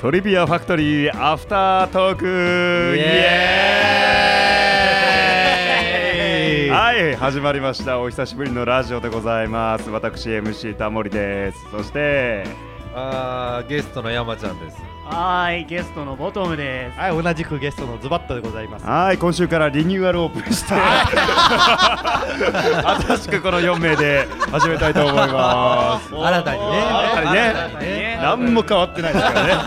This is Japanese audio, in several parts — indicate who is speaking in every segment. Speaker 1: トリビアファクトリーアフタートークイ
Speaker 2: イ
Speaker 1: エーイ
Speaker 2: エーイ
Speaker 1: はい始まりましたお久しぶりのラジオでございます私 MC タモリですそして
Speaker 2: あーゲストの山ちゃんです。
Speaker 3: はーい、ゲストのボトムです。
Speaker 4: はい、同じくゲストのズバットでございます。
Speaker 1: はい今週からリニューアルオープンして新しくこの4名で始めたいと思います
Speaker 4: 新たにね。
Speaker 1: 新たにね
Speaker 2: 新たにね
Speaker 1: 何も変わってないですからね。い
Speaker 2: 新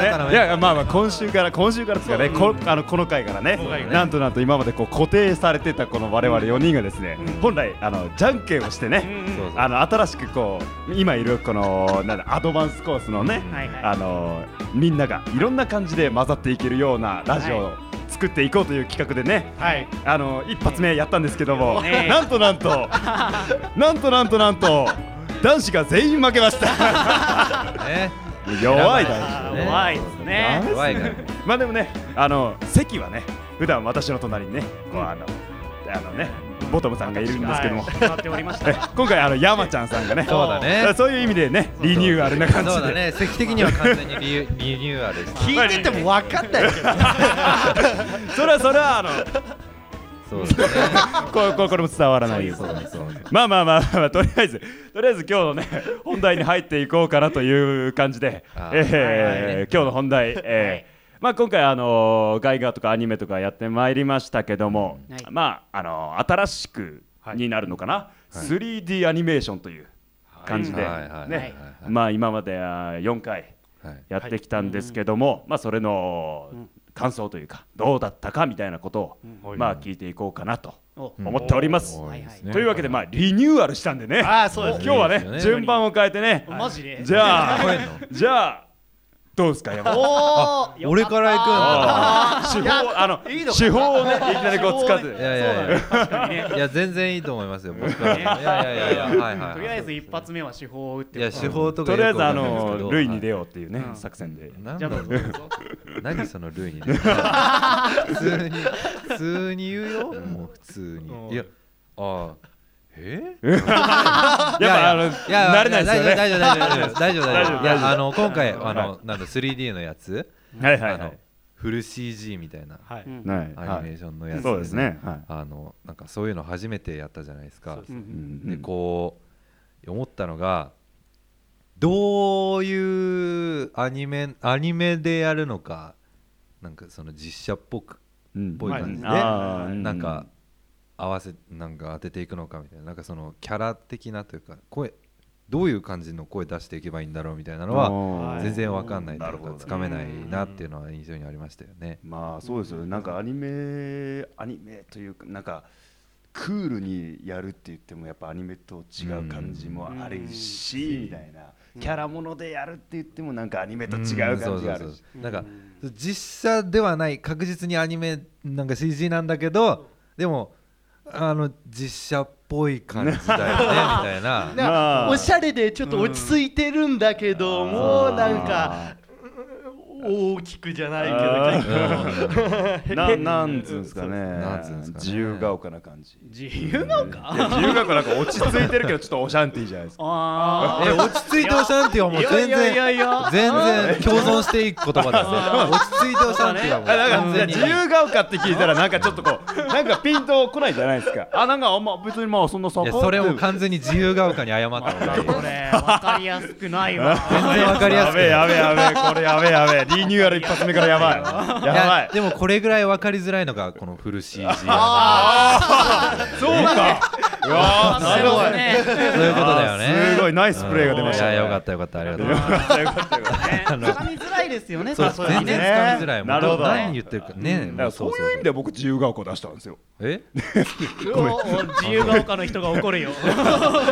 Speaker 2: た
Speaker 1: やね、
Speaker 2: な面
Speaker 1: いやまあまあ今週から今週からですかね、こあのこの回からねなんとなんと今までこう固定されてたこの我々4人がですね、本来あのじゃんけんをしてね、
Speaker 2: そうそう
Speaker 1: あの新しくこう今いるこのなんだアドバンスコースのね、
Speaker 3: はいはい
Speaker 1: あのみんながいろんな感じで混ざっていけるようなラジオを作っていこうという企画でね、
Speaker 3: はい。
Speaker 1: あの一発目やったんですけども、
Speaker 3: ねえ
Speaker 1: なんとなんとなんとなんとなんと男子が全員負けました
Speaker 2: ね。
Speaker 1: 弱い
Speaker 3: あ
Speaker 1: 男子
Speaker 2: ね
Speaker 3: ー怖いです
Speaker 1: ダメ
Speaker 3: ね。
Speaker 2: 怖いから。
Speaker 1: まあでもねあの席はね普段私の隣にねこうあのあのねボトムさんがいるんですけども、
Speaker 3: はい座っておりました
Speaker 1: え。今回あの山ちゃんさんがね
Speaker 2: そうだね
Speaker 1: そういう意味でね リニューアルな感じで
Speaker 2: そうだね。席的には完全に リユリニューアルして。
Speaker 4: 聞いてても分かんないけど。
Speaker 1: それはそれはあの
Speaker 2: そうだね。
Speaker 1: こうこうこれも伝わらないよ
Speaker 2: そうそう。
Speaker 1: まあまあまあまあ、とりあえず、とりあえず今日のね、本題に入っていこうかなという感じで、
Speaker 2: あー
Speaker 3: はい
Speaker 1: えー今日の本題、えーまあ、今回、あのー、外画とかアニメとかやってまいりましたけども、
Speaker 3: はい
Speaker 1: まあ、あのー新しくになるのかな、3D アニメーションという感じで、
Speaker 2: はいはいはいはい
Speaker 1: ね
Speaker 2: はい
Speaker 1: まあ今まであー4回
Speaker 2: はい
Speaker 1: やってきたんですけども、まあ、それの感想というか、どうだったかみたいなことを、まあ、聞いていこうかなと
Speaker 3: お
Speaker 1: 思っております。
Speaker 2: うん
Speaker 3: はいはい
Speaker 1: というわけで、まあ、リニューアルしたんでね、
Speaker 4: ああ、そうです、ね。
Speaker 1: 今日は
Speaker 2: そうです
Speaker 1: ね、
Speaker 2: ね
Speaker 1: 順番を変えてね、
Speaker 3: マジで
Speaker 1: じゃ
Speaker 2: こう
Speaker 1: あ
Speaker 2: いうの、
Speaker 1: じゃあ、どうですか、山田
Speaker 4: お
Speaker 3: よ
Speaker 2: 俺から行くんだ。
Speaker 1: あー手法、あの、手法をね、いきなりこう使っ
Speaker 2: い
Speaker 1: て。
Speaker 2: やいやいや。
Speaker 3: 確かにね。
Speaker 2: いや全然いいと思いますよ。僕から。い
Speaker 3: ね
Speaker 2: やいやいやいや。はいはい。
Speaker 3: とりあえず一発目は手法を打っ
Speaker 2: い
Speaker 3: て。
Speaker 2: や手法とか
Speaker 1: と
Speaker 2: よ
Speaker 1: り
Speaker 2: く
Speaker 1: あ
Speaker 2: わ
Speaker 1: えず、あ
Speaker 2: かんないですけど。
Speaker 1: の、類に出ようっていうね
Speaker 3: う、ん
Speaker 1: 作戦で。
Speaker 2: なん
Speaker 3: じ
Speaker 2: だ
Speaker 3: ゃあ
Speaker 2: ろ
Speaker 3: ど
Speaker 2: う
Speaker 3: うぞどうぞ。
Speaker 2: 何その類に出る普通に普通に言うよもう普通
Speaker 4: うん
Speaker 2: にいやああえ
Speaker 1: やっぱ、あの、慣れないですよね。
Speaker 2: 大丈夫大丈夫大丈夫大丈夫大丈
Speaker 1: 大丈夫
Speaker 2: 夫いや
Speaker 1: 大
Speaker 2: あの今回
Speaker 1: はい
Speaker 2: あのなんだ 3D のやつ
Speaker 1: はいは
Speaker 2: あ
Speaker 1: いは
Speaker 2: の
Speaker 1: い。
Speaker 2: フル CG みたいな
Speaker 4: は
Speaker 3: う
Speaker 4: い。
Speaker 3: ん
Speaker 1: はい
Speaker 2: アニ
Speaker 1: は
Speaker 2: メー
Speaker 1: い。
Speaker 2: ションのやつ
Speaker 1: そうですね。はい
Speaker 2: あのなんかそういうの初めてやったじゃないです
Speaker 4: そ
Speaker 2: か
Speaker 4: うで
Speaker 3: う
Speaker 4: す
Speaker 1: うんんう
Speaker 2: で
Speaker 1: ん
Speaker 2: こう思ったのがどういうアニメアニメでやるのかなんかその実写っぽく
Speaker 1: うん
Speaker 2: ぽい感じで
Speaker 1: あー
Speaker 2: なんか合わせなんか当てていくのかみたいななんかそのキャラ的なというか声どういう感じの声出していけばいいんだろうみたいなのは
Speaker 1: あー
Speaker 2: 全然わかんないと
Speaker 1: ないる
Speaker 2: う
Speaker 1: ほ
Speaker 2: か
Speaker 1: ど
Speaker 2: つかめないなっていうのは印象にありましたよね。
Speaker 1: まあそうですよねなんかアニメアニメというかなんかクールにやるって言ってもやっぱアニメと違う感じもあるし、みたいなキャラものでやるって言ってもなんかアニメと違う感じがあ
Speaker 2: うんそうそう
Speaker 1: るし
Speaker 2: そうなんか実写ではない確実にアニメなんか CG なんだけどでもあの実写っぽい感じだよねみたいな。
Speaker 1: ねまあ
Speaker 4: おしゃれでちょっと落ち着いてるんだけど、もうなん
Speaker 1: あ
Speaker 4: か大きくじゃない
Speaker 1: あ
Speaker 4: けど
Speaker 2: うん
Speaker 1: ー ななんつうんですかね
Speaker 2: なんつうんですかね
Speaker 1: 自由が丘な感じ
Speaker 3: 自由が丘
Speaker 1: いや自由が丘なんか落ち着いてるけどちょっとオシャンティーじゃない ですか
Speaker 3: あ
Speaker 2: え
Speaker 3: ー。
Speaker 2: 落ち着いておしゃんっていうのはもう全
Speaker 3: いやいや
Speaker 2: 然
Speaker 3: いやいや
Speaker 2: 全然共存していく言 葉ですね落ち着いておしゃんっていうのはもう
Speaker 1: あなん
Speaker 2: 完
Speaker 1: か
Speaker 2: 全
Speaker 1: い
Speaker 2: に
Speaker 1: や自由が丘って聞いたらなんかちょっとこうなんかピンとこないじゃないですかあなんかあんま別にまあそんな差
Speaker 2: いやそれも完全に自由が丘に謝った方がいい
Speaker 3: これ、わかりやすくないわ。
Speaker 2: 全然わかりやすくない
Speaker 1: やべえやべえやべえこれやべえやべえリニューアル一発目からやばいや
Speaker 2: い
Speaker 1: ばい
Speaker 2: やでもこれぐらい分かりづらいのがこのフル CG
Speaker 1: そうかうわー
Speaker 3: なるほどね。
Speaker 2: そういうことだよね
Speaker 1: すごいナイスプレーが出ましたね
Speaker 2: いやよかったよかったありがとうございます
Speaker 1: よかったよかった
Speaker 2: あの
Speaker 3: つかみづらいですよね。
Speaker 2: そう
Speaker 3: 確か
Speaker 2: 全
Speaker 3: にね
Speaker 2: 然つかみづらいもん
Speaker 1: なるほど
Speaker 2: 何言ってるかね
Speaker 1: だからそういう意味で僕自由が丘出したんですよ
Speaker 2: え
Speaker 3: おお自由が丘の人が怒るよ。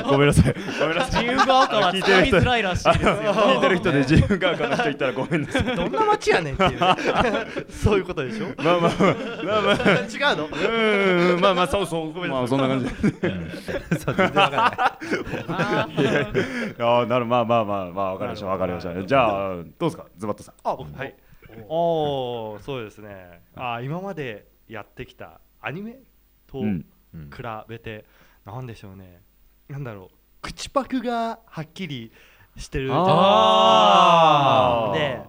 Speaker 1: ごめんなさいごめんなさ
Speaker 3: 自
Speaker 1: い
Speaker 3: 由が丘はつかみづらいらしいですよ。
Speaker 1: 聞いてる人で自由が丘の人いたらごめんなさい
Speaker 4: どんな街やねんっていうね そういうことでしょ違う
Speaker 1: まあまあまあまあまあ
Speaker 4: の
Speaker 1: うーんまあまあそうそうごめんなさいまあそんな感じ
Speaker 2: そう全然分かんない
Speaker 1: いやいやあーなるまあまあまあまあわかりましたわかりましたじゃあどうですかズバッとさん
Speaker 4: あ僕はいおおそうですねあー今までやってきたアニメと
Speaker 1: うん
Speaker 4: 比べて、なんでしょうねなんだろう口パクがはっきりしてるじゃないですか
Speaker 1: あー
Speaker 4: で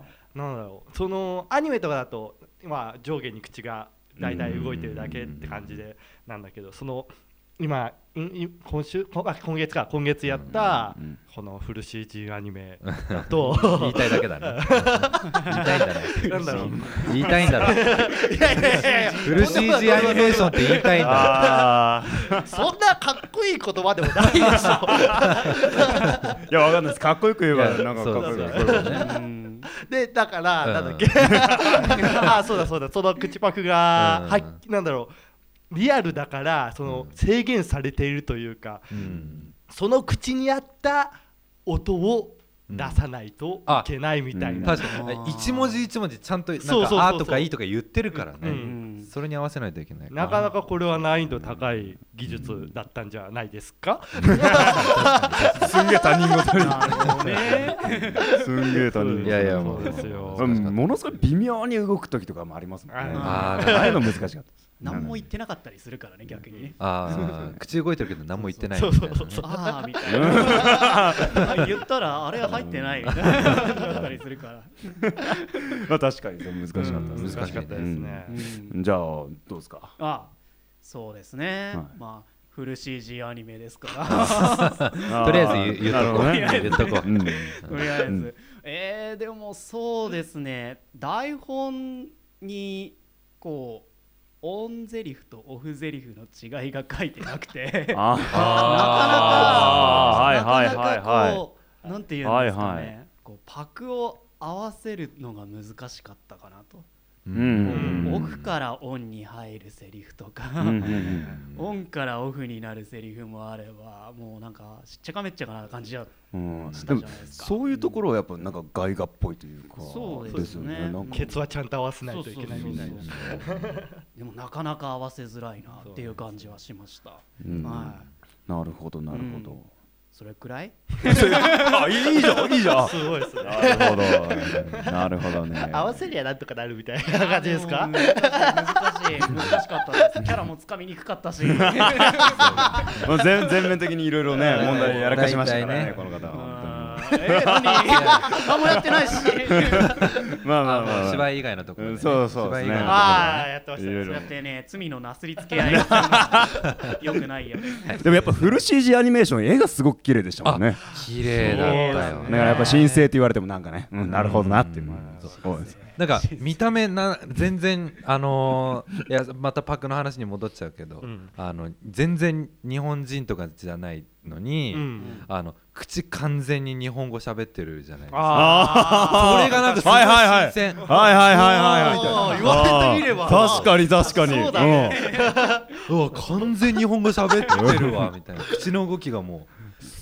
Speaker 4: そのアニメとかだと、まあ、上下に口が大体動いてるだけって感じでなんだけどその今いい今週こあ今月か今月やった
Speaker 1: うんうん
Speaker 4: このフル CG アニメだと
Speaker 2: 言いたいだけだね言いたいんだね
Speaker 4: なんだろう
Speaker 2: 言いたいんだね
Speaker 4: いやいやいやいや
Speaker 2: フル CG アニメーションって言いたいんだ
Speaker 1: あ
Speaker 4: そんなかっこいい言葉でもないでしょ
Speaker 1: あ、いや、わかんないです。かっこよく言えば、
Speaker 2: い
Speaker 1: な
Speaker 2: や
Speaker 1: んかかっこよく
Speaker 2: そうそう
Speaker 1: かっこよく
Speaker 4: でだから、
Speaker 2: うん
Speaker 4: なんだっけあそうだそうだその口パクが、
Speaker 2: うん
Speaker 4: はっきなんだろうリアルだからその制限されているというか、
Speaker 2: うん
Speaker 4: その口に合った音を出さないといけないみたいな、
Speaker 2: 確かに一文字一文字ちゃんとなんか
Speaker 4: そうそうそうそう
Speaker 2: あーとかいいとか言ってるからね、
Speaker 4: う
Speaker 3: うんん
Speaker 2: それに合わせないといけない
Speaker 4: なかなかこれは難易度高い技術だったんじゃないですか、
Speaker 1: すんげえ他人事に。
Speaker 3: なるほどね
Speaker 1: すんげえ他人
Speaker 4: うん
Speaker 1: 事。
Speaker 2: いやいやもう
Speaker 4: そうですよ
Speaker 1: うんものすごい微妙に動く時とかもありますもんね。
Speaker 2: あー
Speaker 1: ああいうの難しかったです。
Speaker 3: 何も言ってなかったりするからね逆にね
Speaker 2: ああ口動いてるけど何も言ってない
Speaker 4: そ
Speaker 2: み
Speaker 4: う
Speaker 2: たい
Speaker 4: そ
Speaker 2: な
Speaker 4: うそう
Speaker 2: ね
Speaker 4: そう
Speaker 3: ああみたいな 言ったらあれは入ってないみたいなだったりするから
Speaker 1: まあ確かに難しかった
Speaker 3: うん
Speaker 1: です
Speaker 4: 難しかったですね、
Speaker 1: うんじゃあどうですか。
Speaker 3: あそうですね、
Speaker 1: はい
Speaker 3: まあフル CG アニメですから
Speaker 1: と
Speaker 2: とりあえず言う言っとこう、言っとこう、
Speaker 3: とりあえず、
Speaker 1: うん
Speaker 3: えーでもそうですね台本にこうオンゼリフとオフゼリフの違いが書いてなくて
Speaker 1: あ
Speaker 3: な
Speaker 1: あー
Speaker 3: かなか
Speaker 1: はいはい
Speaker 3: なかな
Speaker 1: はい
Speaker 3: か
Speaker 1: は
Speaker 3: こうなんていうんですかね、
Speaker 1: はいはい
Speaker 3: こうパクを合わせるのが難しかったかなと、
Speaker 2: う
Speaker 1: うん
Speaker 3: オフからオンに入るセリフとか、
Speaker 1: うんうんうん
Speaker 3: オンからオフになるセリフもあればもうなんかしっちゃかめっちゃかな感じだ
Speaker 1: うん
Speaker 3: し
Speaker 1: で
Speaker 3: た
Speaker 1: も
Speaker 3: じゃないですか
Speaker 1: そういうところはやっぱなんか外画っぽいというか
Speaker 3: そう
Speaker 1: で
Speaker 3: ですす
Speaker 1: よ
Speaker 3: ね
Speaker 1: ねなんか
Speaker 4: ケツはちゃんと合わせないといけないみたいな
Speaker 3: そうそうでもなかなか合わせづらいなっていう感じはしました、
Speaker 1: うん
Speaker 3: はい
Speaker 1: なるほどなるほ
Speaker 3: う
Speaker 1: ど
Speaker 3: それくらい
Speaker 1: あいいじゃんいいじゃん
Speaker 4: すごいですね
Speaker 1: なるほどなるほどね
Speaker 4: 合わせりゃなんとかなるみたいな 感じです
Speaker 3: あ
Speaker 4: か
Speaker 3: の難しい難しかったですキャラもつかみにくかったし
Speaker 1: もう全全面的にいろいろね
Speaker 2: うん
Speaker 1: 問題やらかしましたからね
Speaker 2: 大体ね
Speaker 1: この方は
Speaker 3: あ
Speaker 1: 本
Speaker 3: ーえー何何もやってないし
Speaker 1: 当にまあまあまあ
Speaker 2: 芝居以外のところ、ね
Speaker 1: うんそうそうですね
Speaker 2: 芝居以外のところね
Speaker 4: ああやってまし
Speaker 1: い
Speaker 4: た
Speaker 1: ろい
Speaker 3: そう
Speaker 1: ろ
Speaker 3: やってね罪のなすりつけ合いがよくないよね
Speaker 1: でもやっぱフル CG アニメーション絵がすごく綺麗でしたもんね
Speaker 2: 綺麗だった
Speaker 1: だ
Speaker 2: よね
Speaker 1: からやっぱ神聖って言われてもなんかねうんなるほどなっていうのはすごいです
Speaker 2: な んか見た目な全然あのーいやまたパックの話に戻っちゃうけど、
Speaker 4: うん
Speaker 2: あの全然日本人とかじゃないのに、
Speaker 4: うん
Speaker 2: あの口完全に日本語喋ってるじゃないですか
Speaker 1: あ
Speaker 2: それがなんかすごい
Speaker 1: はいはいはい
Speaker 2: 新鮮、
Speaker 1: はいはいはい
Speaker 3: あ
Speaker 1: は
Speaker 3: ー
Speaker 1: い。
Speaker 3: 言われてみれば
Speaker 1: あー確かに確かに。
Speaker 3: そうだ
Speaker 2: うわ完全に日本語喋ってるわみた いな口の動きがも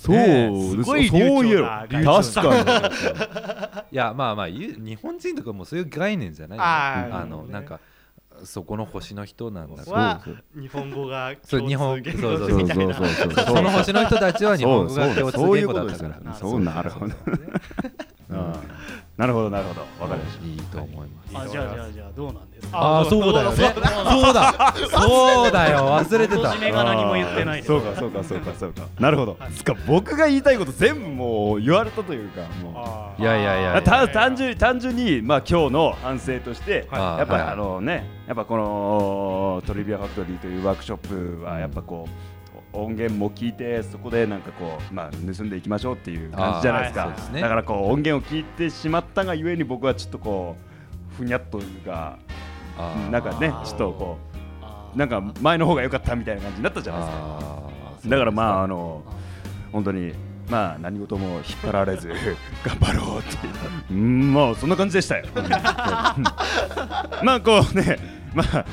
Speaker 1: うん
Speaker 4: ねえ
Speaker 1: そう
Speaker 4: すごい
Speaker 1: そうい
Speaker 4: 流
Speaker 1: う
Speaker 4: 暢
Speaker 1: の
Speaker 4: な
Speaker 1: 確かに。
Speaker 2: ういやまあまあゆ日本人とかもうそういう概念じゃないよね
Speaker 4: あー
Speaker 2: あのなんかそこの星の人なんだから
Speaker 4: は
Speaker 1: そう
Speaker 4: 日本語が
Speaker 2: そう日本
Speaker 4: 共通言語
Speaker 2: そう
Speaker 4: みたいな
Speaker 1: そうそう
Speaker 2: その星の人たちは日本語が共通
Speaker 1: そうい
Speaker 2: 言
Speaker 1: う
Speaker 2: 語
Speaker 1: こと
Speaker 2: だっ
Speaker 1: で
Speaker 2: た
Speaker 1: すか
Speaker 2: から
Speaker 1: ら。そうなるほど。あーなるほどなるほど。わかりまし
Speaker 2: いいと思います。
Speaker 3: あじゃあじゃあじゃあどうなんですか
Speaker 2: ああーそうだよね。そうだ。そうだよ。忘れて
Speaker 3: 元
Speaker 2: た
Speaker 3: 締。
Speaker 1: た。
Speaker 3: めが何も言ってない
Speaker 1: あー
Speaker 3: です
Speaker 1: そうかそうかそうかそうか。なるほど。つか僕が言いたいこと全部もう言われたというかもう。
Speaker 4: あー
Speaker 2: いやいやいやいや
Speaker 1: た単純に単純に、まあ、今日の反省として、
Speaker 2: はい
Speaker 1: やっぱ、
Speaker 2: はい
Speaker 1: あのねやっぱこのトリビアファクトリーというワークショップはやっぱこう音源も聞いてそこでなんかこう、まあ、盗んでいきましょうっていう感じじゃないですか、
Speaker 2: あーはいそうですね
Speaker 1: だからこう音源を聞いてしまったがゆえに僕はちょっとこうふにゃっというか
Speaker 2: あー
Speaker 1: なんかね
Speaker 3: あー
Speaker 1: ちょっとこ
Speaker 3: あ
Speaker 1: う
Speaker 3: ー
Speaker 1: なんか前の方が良かったみたいな感じになったじゃないですか
Speaker 2: あー
Speaker 1: だからまああの
Speaker 3: あ
Speaker 1: 本当にまあ何事も引っ張られず 頑張ろうっていううんまあそんな感じでしたよ まあこうねまあ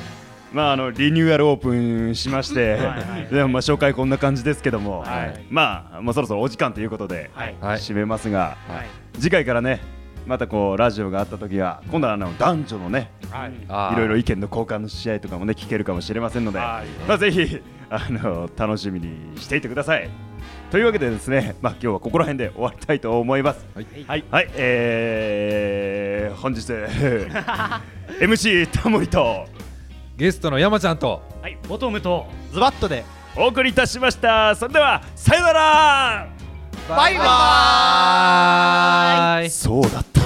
Speaker 1: まああのリニューアルオープンしまして
Speaker 3: はいはいはい
Speaker 1: でもまあ紹介こんな感じですけども、
Speaker 3: はい
Speaker 1: まあもうそろそろお時間ということで、
Speaker 3: はい
Speaker 2: はい。
Speaker 1: 締めますが、
Speaker 3: はい
Speaker 1: 次回からねまたこうラジオがあった時は今度はあの男女のね
Speaker 4: はい
Speaker 2: あー
Speaker 1: いろいろ意見の交換の試合とかもね聞けるかもしれませんので、
Speaker 4: はい
Speaker 1: まあ、ぜひあの楽しみにしていてください。というわけでですね、まあ、今日はここら辺で終わりたいと思います。
Speaker 2: はい
Speaker 1: はい、はいえー、本日 MC タモリと
Speaker 2: ゲストの山ちゃんと。
Speaker 3: はいボトムと
Speaker 4: ズバッとで
Speaker 1: お送りいたしました。それではさよなら。
Speaker 4: バイバーイ
Speaker 2: バイ。
Speaker 1: そうだった。